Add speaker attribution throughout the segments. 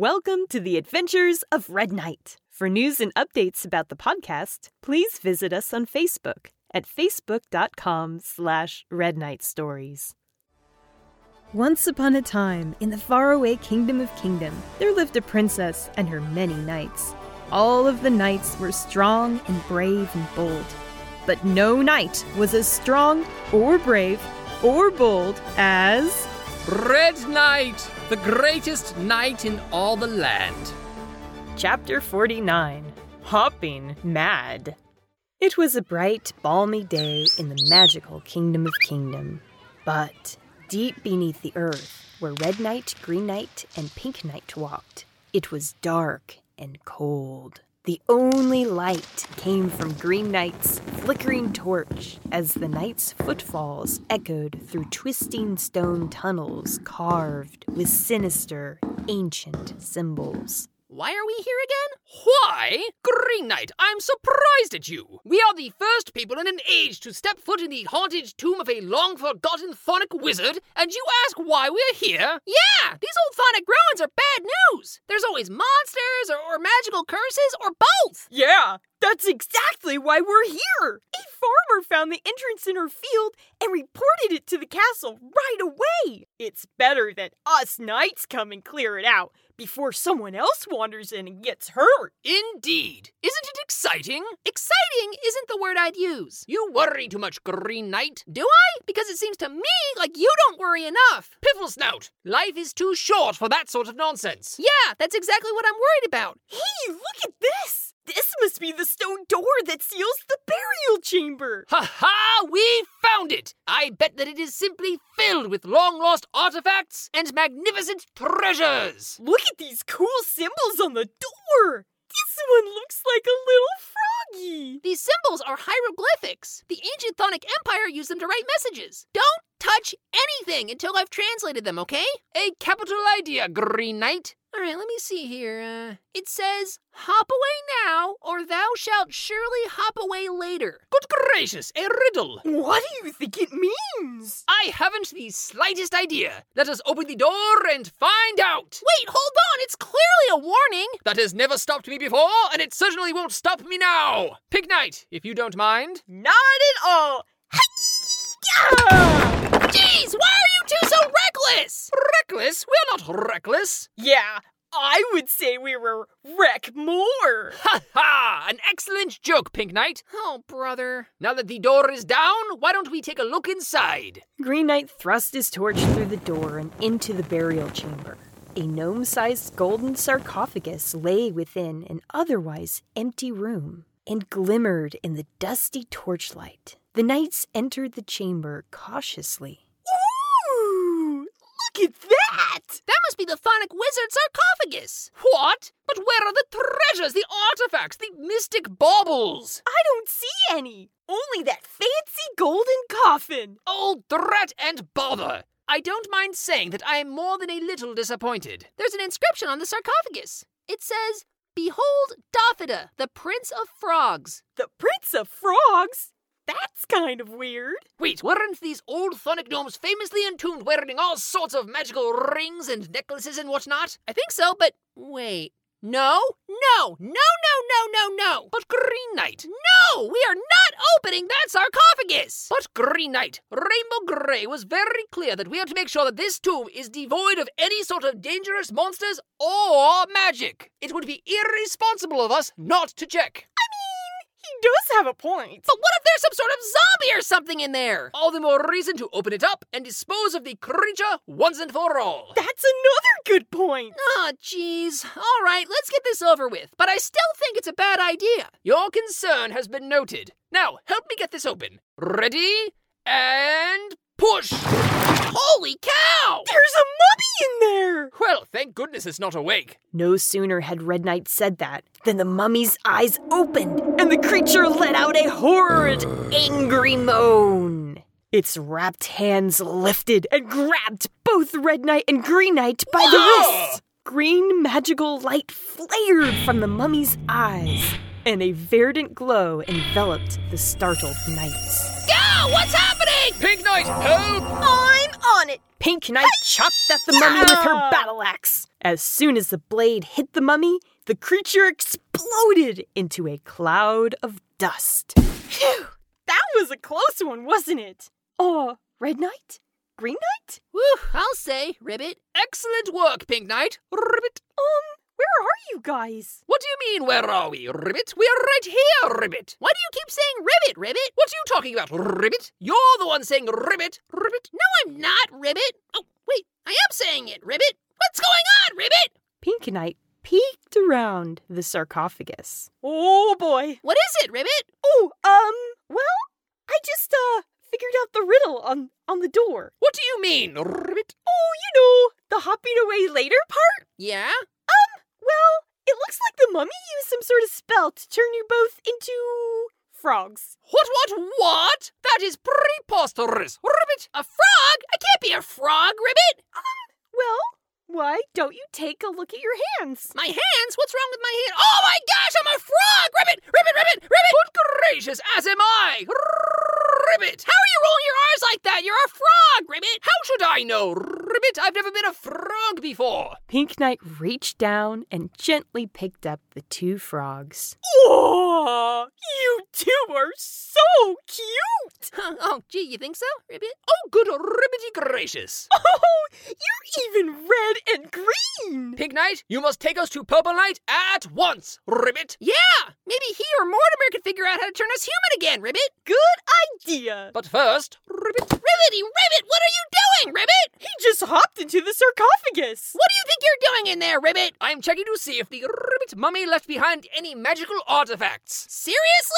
Speaker 1: Welcome to the Adventures of Red Knight. For news and updates about the podcast, please visit us on Facebook at facebook.com slash Red Knight Stories. Once upon a time, in the faraway Kingdom of Kingdom, there lived a princess and her many knights. All of the knights were strong and brave and bold. But no knight was as strong or brave or bold as...
Speaker 2: Red Knight, the greatest knight in all the land.
Speaker 1: Chapter 49 Hopping Mad. It was a bright, balmy day in the magical Kingdom of Kingdom. But deep beneath the earth, where Red Knight, Green Knight, and Pink Knight walked, it was dark and cold. The only light came from Green Knight's flickering torch as the Knight's footfalls echoed through twisting stone tunnels carved with sinister, ancient symbols.
Speaker 2: Why are we here again? Why? Green Knight, I'm surprised at you. We are the first people in an age to step foot in the haunted tomb of a long forgotten Thonic wizard, and you ask why we're here? Yeah, these old Thonic ruins are bad news. There's always monsters, or, or magical curses, or both.
Speaker 3: Yeah, that's exactly why we're here. A farmer found the entrance in her field and reported it to the castle right away. It's better that us knights come and clear it out before someone else wanders in and gets hurt.
Speaker 2: Indeed. Isn't it exciting? Exciting isn't the word I'd use. You worry too much, Green Knight. Do I? Because it seems to me like you don't worry enough. Piffle Snout, life is too short for that sort of nonsense.
Speaker 4: Yeah, that's exactly what I'm worried about.
Speaker 3: Hey, look at this. This must be the stone door that seals the burial chamber.
Speaker 2: Ha ha! We found it! I bet that it is simply filled with long lost artifacts and magnificent treasures.
Speaker 3: Look at these cool symbols on the door. This one looks like a little froggy.
Speaker 4: These symbols are hieroglyphics. The ancient Thonic Empire used them to write messages. Don't touch anything until I've translated them, okay?
Speaker 2: A capital idea, Green Knight.
Speaker 4: All right, let me see here. Uh, it says, Hop away now, or thou shalt surely hop away later.
Speaker 2: Good gracious, a riddle!
Speaker 3: What do you think it means?
Speaker 2: I haven't the slightest idea. Let us open the door and find out!
Speaker 4: Wait, hold on, it's clearly a warning!
Speaker 2: That has never stopped me before, and it certainly won't stop me now! Pig Knight, if you don't mind.
Speaker 3: Not at all!
Speaker 4: Jeez, why are you two so reckless?
Speaker 2: Reckless? We're not reckless.
Speaker 3: Yeah, I would say we were wreck more.
Speaker 2: Ha ha! An excellent joke, Pink Knight.
Speaker 4: Oh, brother.
Speaker 2: Now that the door is down, why don't we take a look inside?
Speaker 1: Green Knight thrust his torch through the door and into the burial chamber. A gnome sized golden sarcophagus lay within an otherwise empty room and glimmered in the dusty torchlight. The knights entered the chamber cautiously.
Speaker 3: Ooh! Look at that!
Speaker 4: That must be the Phonic Wizard sarcophagus!
Speaker 2: What? But where are the treasures, the artifacts, the mystic baubles?
Speaker 3: I don't see any! Only that fancy golden coffin!
Speaker 2: Old threat and bother! I don't mind saying that I am more than a little disappointed.
Speaker 4: There's an inscription on the sarcophagus. It says, Behold Doffida, the Prince of Frogs.
Speaker 3: The Prince of Frogs? That's kind of weird.
Speaker 2: Wait, weren't these old Thonic gnomes famously entombed wearing all sorts of magical rings and necklaces and whatnot?
Speaker 4: I think so, but wait. No, no, no, no, no, no, no.
Speaker 2: But Green Knight.
Speaker 4: No, we are not opening that sarcophagus.
Speaker 2: But Green Knight, Rainbow Grey was very clear that we have to make sure that this tomb is devoid of any sort of dangerous monsters or magic. It would be irresponsible of us not to check.
Speaker 3: I mean, he does have a point.
Speaker 4: But what if there's some sort of zombie or something in there?
Speaker 2: All the more reason to open it up and dispose of the creature once and for all.
Speaker 3: That's another good point.
Speaker 4: Ah, oh, jeez. All right, let's get this over with. But I still think it's a bad idea.
Speaker 2: Your concern has been noted. Now, help me get this open. Ready? And push!
Speaker 4: Holy cow!
Speaker 3: There's a mummy in there!
Speaker 2: Well, thank goodness it's not awake.
Speaker 1: No sooner had Red Knight said that than the mummy's eyes opened and the creature let out a horrid, angry moan. Its wrapped hands lifted and grabbed both Red Knight and Green Knight by the ah! wrists. Green magical light flared from the mummy's eyes, and a verdant glow enveloped the startled knights.
Speaker 4: Go! What's happening?
Speaker 2: Pink Knight, help!
Speaker 3: I'm on it!
Speaker 1: Ah! Pink Knight chopped at the mummy with her battle axe.
Speaker 5: As soon as the blade hit the mummy, the creature exploded into a cloud of dust.
Speaker 1: Phew! That was a close one, wasn't it? Oh, Red Knight? Green Knight?
Speaker 6: Whew, I'll say, Ribbit.
Speaker 2: Excellent work, Pink Knight. Ribbit.
Speaker 1: Um, where are you guys?
Speaker 2: What do you mean, where are we, Ribbit? We are right here, Ribbit.
Speaker 6: Why do you keep saying Ribbit, Ribbit?
Speaker 2: What are you talking about, Ribbit? You're the one saying Ribbit, Ribbit.
Speaker 6: No, I'm not, Ribbit. Oh, wait, I am saying it, Ribbit. What's going on, Ribbit?
Speaker 5: Pink Knight peeked around the sarcophagus.
Speaker 1: Oh boy.
Speaker 6: What is it, Ribbit?
Speaker 1: Oh, um, well, I just, uh, figured out the riddle on, on the door.
Speaker 2: What do you mean, Ribbit?
Speaker 1: Oh, you know, the hopping away later part?
Speaker 6: Yeah?
Speaker 1: Well, it looks like the mummy used some sort of spell to turn you both into frogs.
Speaker 2: What, what, what? That is preposterous, Ribbit.
Speaker 6: A frog? I can't be a frog, Ribbit.
Speaker 1: Well, why don't you take a look at your hands?
Speaker 6: My hands? What's wrong with my hand? Oh my gosh, I'm a frog! Ribbit, ribbit, ribbit, ribbit!
Speaker 2: Good gracious, as am I, Ribbit.
Speaker 6: How are you rolling your R's like that? You're a frog, Ribbit!
Speaker 2: How should I know, Ribbit? I've never been a frog before.
Speaker 5: Pink Knight reached down and gently picked up the two frogs.
Speaker 1: Whoa! You two are so cute!
Speaker 6: oh, gee, you think so, Ribbit?
Speaker 2: Oh, good ribbity gracious.
Speaker 1: Oh, you're even red and green!
Speaker 2: Pink Knight, you must take us to Purple Knight at once, Ribbit.
Speaker 6: Yeah! Maybe he or Mortimer could figure out how to turn us human again, Ribbit!
Speaker 1: Good idea!
Speaker 2: But first, Ribbit.
Speaker 6: Ribbity, Ribbit, what are you doing, Ribbit?
Speaker 1: He just hopped into the sarcophagus!
Speaker 6: What do you think you're doing in there, Ribbit?
Speaker 2: I'm checking to see if the Ribbit mummy left behind any magical artifacts.
Speaker 6: Seriously,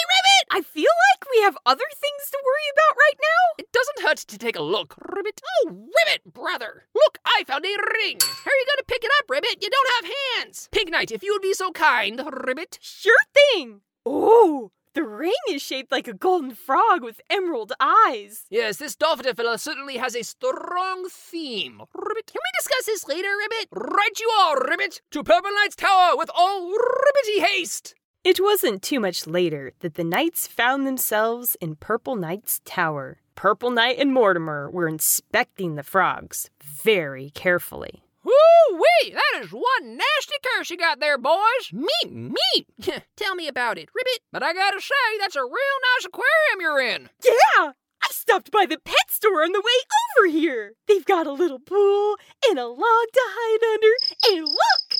Speaker 6: Ribbit?
Speaker 1: I feel like we have other things to worry about right now.
Speaker 2: It doesn't hurt to take a look, Ribbit.
Speaker 6: Oh, Ribbit, brother! Look, I found a ring! How are you gonna pick it up, Ribbit? You don't have hands!
Speaker 2: Pink Knight, if you would be so kind, Ribbit.
Speaker 1: Sure thing! Oh, the ring is shaped like a golden frog with emerald eyes.
Speaker 2: Yes, this Daffodil certainly has a strong theme, Ribbit.
Speaker 6: Can we discuss this later, Ribbit?
Speaker 2: Right you are, Ribbit! To Purple Knight's Tower with all ribbity haste!
Speaker 5: It wasn't too much later that the knights found themselves in Purple Knight's tower. Purple Knight and Mortimer were inspecting the frogs very carefully.
Speaker 2: Woo wee! That is one nasty curse you got there, boys.
Speaker 6: Meep, meep! Tell me about it, Ribbit.
Speaker 2: But I gotta say, that's a real nice aquarium you're in.
Speaker 1: Yeah! I stopped by the pet store on the way over here. They've got a little pool and a log to hide under, and look!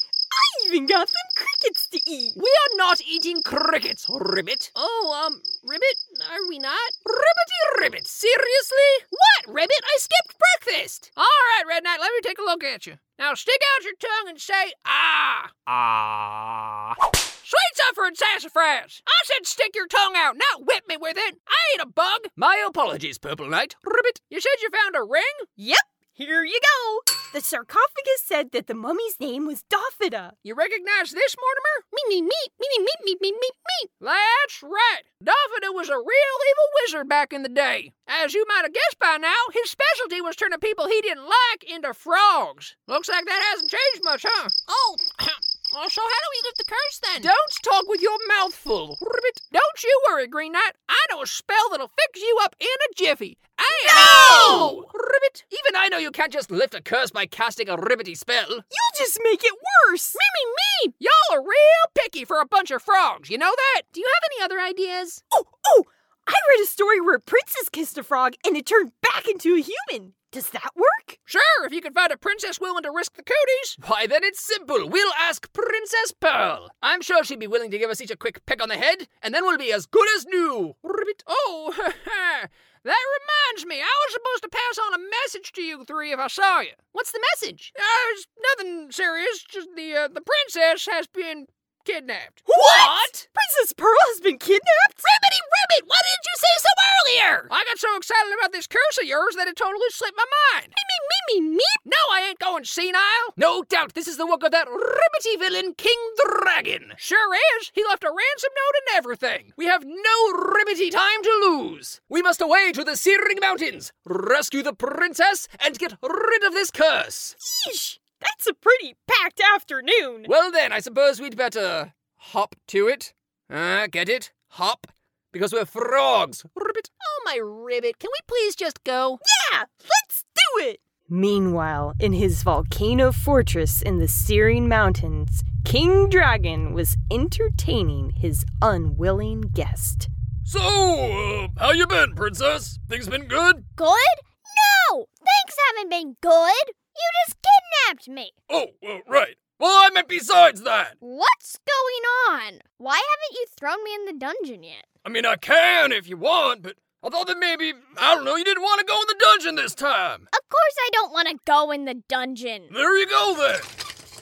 Speaker 1: I even got some crickets to eat.
Speaker 2: We are not eating crickets, Ribbit.
Speaker 6: Oh, um, Ribbit, are we not?
Speaker 2: Ribbity Ribbit, seriously?
Speaker 6: What, Ribbit? I skipped breakfast!
Speaker 2: All right, Red Knight, let me take a look at you. Now stick out your tongue and say, ah. Ah. Sweet suffer and sassafras! I said stick your tongue out, not whip me with it! I ain't a bug! My apologies, Purple Knight. Ribbit, you said you found a ring?
Speaker 1: Yep, here you go. The sarcophagus said that the mummy's name was Doffida.
Speaker 2: You recognize this, Mortimer?
Speaker 6: Me, me, me, me, me, me, me, me, me, me.
Speaker 2: That's right. Doffida was a real evil wizard back in the day. As you might have guessed by now, his specialty was turning people he didn't like into frogs. Looks like that hasn't changed much, huh?
Speaker 6: Oh, oh so how do we lift the curse then?
Speaker 2: Don't talk with your mouth full, Ribbit. Don't you worry, Green Knight. I know a spell that'll fix you up in a jiffy. I
Speaker 6: No!
Speaker 2: Ribbit, even I know you can't just lift a curse by casting a ribbity spell.
Speaker 1: You'll just make it worse.
Speaker 6: Me, me, me!
Speaker 2: Y'all are real picky for a bunch of frogs, you know that?
Speaker 6: Do you have any other ideas?
Speaker 1: Oh, oh! I read a story where a princess kissed a frog and it turned back into a human. Does that work?
Speaker 2: Sure, if you can find a princess willing to risk the cooties, why then it's simple. We'll ask Princess Pearl. I'm sure she'd be willing to give us each a quick peck on the head, and then we'll be as good as new. Ribbit. Oh, that reminds me, I was supposed to pass on a message to you three if I saw you.
Speaker 6: What's the message?
Speaker 2: Uh, it's nothing serious. Just the uh, the princess has been kidnapped.
Speaker 1: Princess Pearl has been kidnapped?
Speaker 6: Ribbity, Ribbit! Why didn't you say so earlier?
Speaker 2: I got so excited about this curse of yours that it totally slipped my mind.
Speaker 6: Me, me, me, me!
Speaker 2: No, I ain't going senile. No doubt this is the work of that ribbity villain, King Dragon. Sure is. He left a ransom note and everything. We have no ribbity time to lose. We must away to the Searing Mountains, rescue the princess, and get rid of this curse.
Speaker 1: Yeesh! That's a pretty packed afternoon.
Speaker 2: Well, then, I suppose we'd better hop to it. Uh, get it? Hop. Because we're frogs. Ribbit.
Speaker 6: Oh, my Ribbit, can we please just go?
Speaker 1: Yeah, let's do it. Meanwhile, in his volcano fortress in the Syrian mountains, King Dragon was entertaining his unwilling guest.
Speaker 2: So, uh, how you been, princess? Things been good?
Speaker 7: Good? No! Things haven't been good! You just kidnapped me!
Speaker 2: Oh, uh, right. Well, I meant besides that.
Speaker 7: What's going on? Why haven't you thrown me in the dungeon yet?
Speaker 2: I mean, I can if you want, but I thought that maybe, I don't know, you didn't want to go in the dungeon this time.
Speaker 7: Of course I don't want to go in the dungeon!
Speaker 2: There you go, then.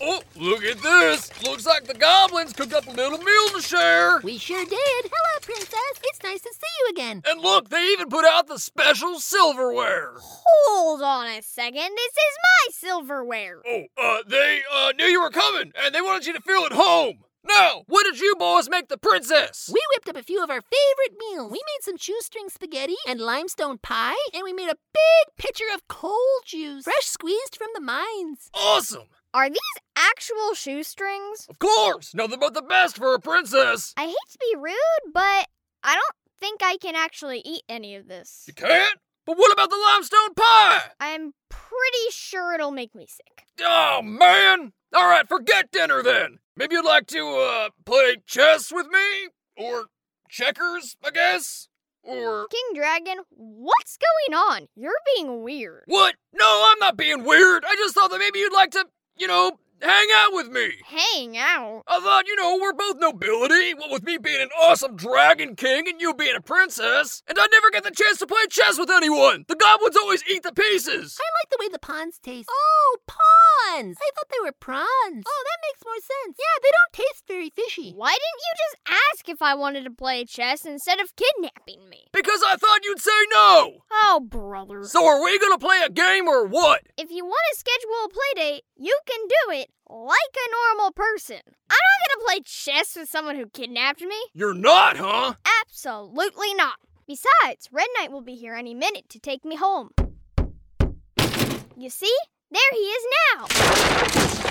Speaker 2: Oh, look at this. Looks like the goblins cooked up a little meal to share.
Speaker 4: We sure did. Hello, Princess. It's nice to see you again.
Speaker 2: And look, they even put out the special silverware.
Speaker 7: Hold on a second, this is my silverware!
Speaker 2: Oh, uh, they uh, knew you were coming, and they wanted you to feel at home. Now, what did you boys make the princess?
Speaker 4: We whipped up a few of our favorite meals. We made some shoestring spaghetti and limestone pie, and we made a big pitcher of cold juice, fresh squeezed from the mines.
Speaker 2: Awesome.
Speaker 7: Are these actual shoestrings?
Speaker 2: Of course, nothing but the best for a princess.
Speaker 7: I hate to be rude, but I don't think I can actually eat any of this.
Speaker 2: You can't? But what about the limestone pie?
Speaker 7: I'm pretty sure it'll make me sick.
Speaker 2: Oh, man. All right, forget dinner then. Maybe you'd like to, uh, play chess with me? Or checkers, I guess? Or.
Speaker 7: King Dragon, what's going on? You're being weird.
Speaker 2: What? No, I'm not being weird. I just thought that maybe you'd like to, you know, hang out with me.
Speaker 7: Hang out.
Speaker 2: I thought, you know, we're both nobility, what with me being an awesome dragon king and you being a princess, and I never get the chance to play chess with anyone. The goblins always eat the pieces.
Speaker 4: I like the way the pawns taste. Oh, pawns! I thought they were prawns. Oh, that makes more sense. Yeah, they don't taste very fishy.
Speaker 7: Why didn't you just ask if I wanted to play chess instead of kidnapping me?
Speaker 2: Because I thought you'd say no.
Speaker 7: Oh, brother.
Speaker 2: So are we gonna play a game or what?
Speaker 7: If you want to schedule a playdate, you can do it like a normal person. I'm not gonna play chess with someone who kidnapped me.
Speaker 2: You're not, huh?
Speaker 7: Absolutely not. Besides, Red Knight will be here any minute to take me home. You see? There he is now.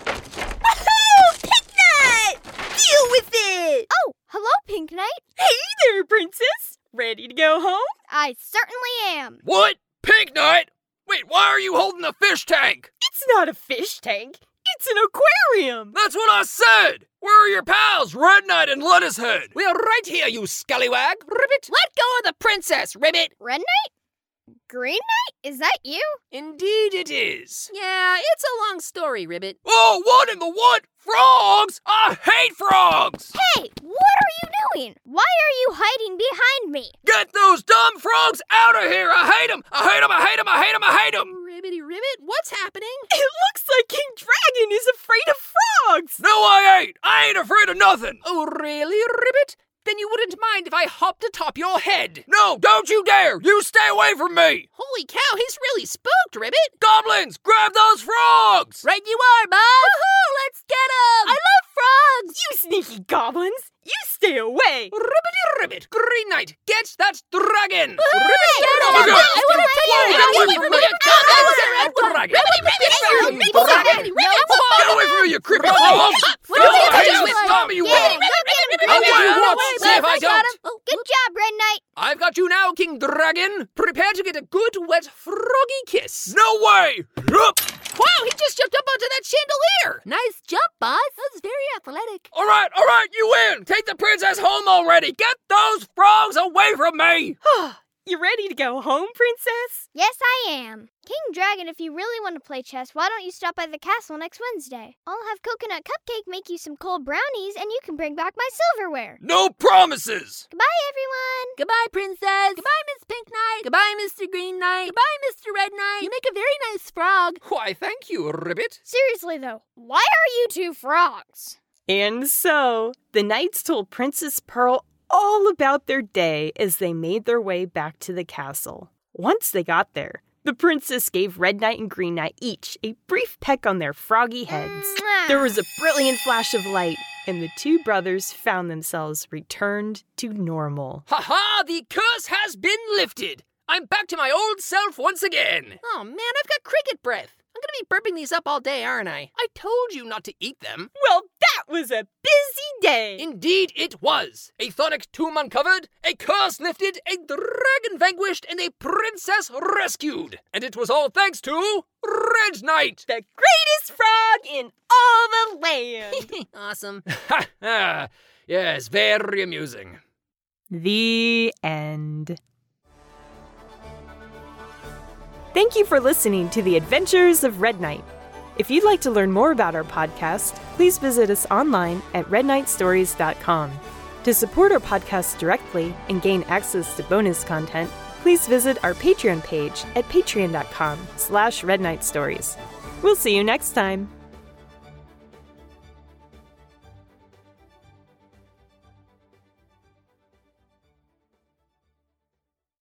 Speaker 8: Woohoo! Pink Knight! Deal with it!
Speaker 7: Oh, hello, Pink Knight.
Speaker 3: Hey there, Princess! Ready to go home?
Speaker 7: I certainly am.
Speaker 2: What? Pink Knight? Wait, why are you holding a fish tank?
Speaker 3: It's not a fish tank, it's an aquarium!
Speaker 2: That's what I said! Where are your pals, Red Knight and Lettuce Head?
Speaker 4: We're right here, you scallywag. Ribbit! Let go of the princess, Ribbit!
Speaker 7: Red Knight? Green Knight? Is that you?
Speaker 2: Indeed it is.
Speaker 4: Yeah, it's a long story, Ribbit.
Speaker 2: Oh, what in the what? Frogs? I hate frogs!
Speaker 7: Hey, what are you doing? Why are you hiding behind me?
Speaker 2: Get those dumb frogs out of here! I hate them! I hate them! I hate them! I hate them! I hate them!
Speaker 4: Ribbity Ribbit, what's happening?
Speaker 3: It looks like King Dragon is afraid of frogs!
Speaker 2: No, I ain't! I ain't afraid of nothing!
Speaker 4: Oh, really, Ribbit? Then you wouldn't mind if I hopped atop your head.
Speaker 2: No, don't you dare! You stay away from me!
Speaker 4: Holy cow, he's really spooked, Ribbit!
Speaker 2: Goblins, grab those frogs!
Speaker 4: Right you are, bud! Woohoo! Let's get 'em! I love frogs!
Speaker 3: You sneaky goblins! You stay away!
Speaker 2: Ribbity ribbit! Green Knight, get that dragon!
Speaker 4: Ribbit, get
Speaker 2: Oh my
Speaker 4: him!
Speaker 2: God.
Speaker 4: I want to play
Speaker 2: Whoa, get away from me! Get away from me! Get away from me, you creepy frog!
Speaker 4: What is he
Speaker 2: Oh,
Speaker 4: gonna
Speaker 2: hey,
Speaker 4: do?
Speaker 2: Miss Tommy, you are! I'll give you once, see if I don't!
Speaker 7: Good job, Red Knight.
Speaker 2: I've got you now, King Dragon!
Speaker 4: Prepare to get a good wet froggy kiss.
Speaker 2: No way! Hup.
Speaker 4: Wow, he just jumped up onto that chandelier. Nice jump, boss. That was very athletic.
Speaker 2: All right, all right, you win! Take the princess home already! Get those frogs away from me!
Speaker 3: you ready to go home, Princess?
Speaker 7: Yes, I am. King Dragon, if you really want to play chess, why don't you stop by the castle next Wednesday? I'll have Coconut Cupcake make you some cold brownies, and you can bring back my silverware.
Speaker 2: No promises!
Speaker 7: Goodbye, everyone.
Speaker 4: Goodbye, Princess. Goodbye, Miss Pink Knight. Goodbye, Mr. Green Knight. Goodbye, Mr. Red Knight. You make a very nice frog.
Speaker 2: Why, thank you, Ribbit.
Speaker 7: Seriously, though, why are you two frogs?
Speaker 1: And so, the knights told Princess Pearl all about their day as they made their way back to the castle. Once they got there, the princess gave Red Knight and Green Knight each a brief peck on their froggy heads.
Speaker 7: Mwah.
Speaker 1: There was a brilliant flash of light, and the two brothers found themselves returned to normal.
Speaker 2: Ha ha! The curse has been lifted! I'm back to my old self once again!
Speaker 4: Oh, man, I've got cricket breath. I'm going to be burping these up all day, aren't I?
Speaker 2: I told you not to eat them.
Speaker 3: Well, that was a busy day!
Speaker 2: Indeed it was! A Thonic tomb uncovered, a curse lifted, a dragon vanquished, and a princess rescued! And it was all thanks to Red Knight!
Speaker 3: the greatest frog in all the land!
Speaker 4: Awesome.
Speaker 2: Ha! Ah, yes, very amusing.
Speaker 1: The end. Thank you for listening to the Adventures of Red Knight. If you'd like to learn more about our podcast, please visit us online at redknightstories.com. To support our podcast directly and gain access to bonus content, please visit our Patreon page at patreon.com slash redknightstories. We'll see you next time.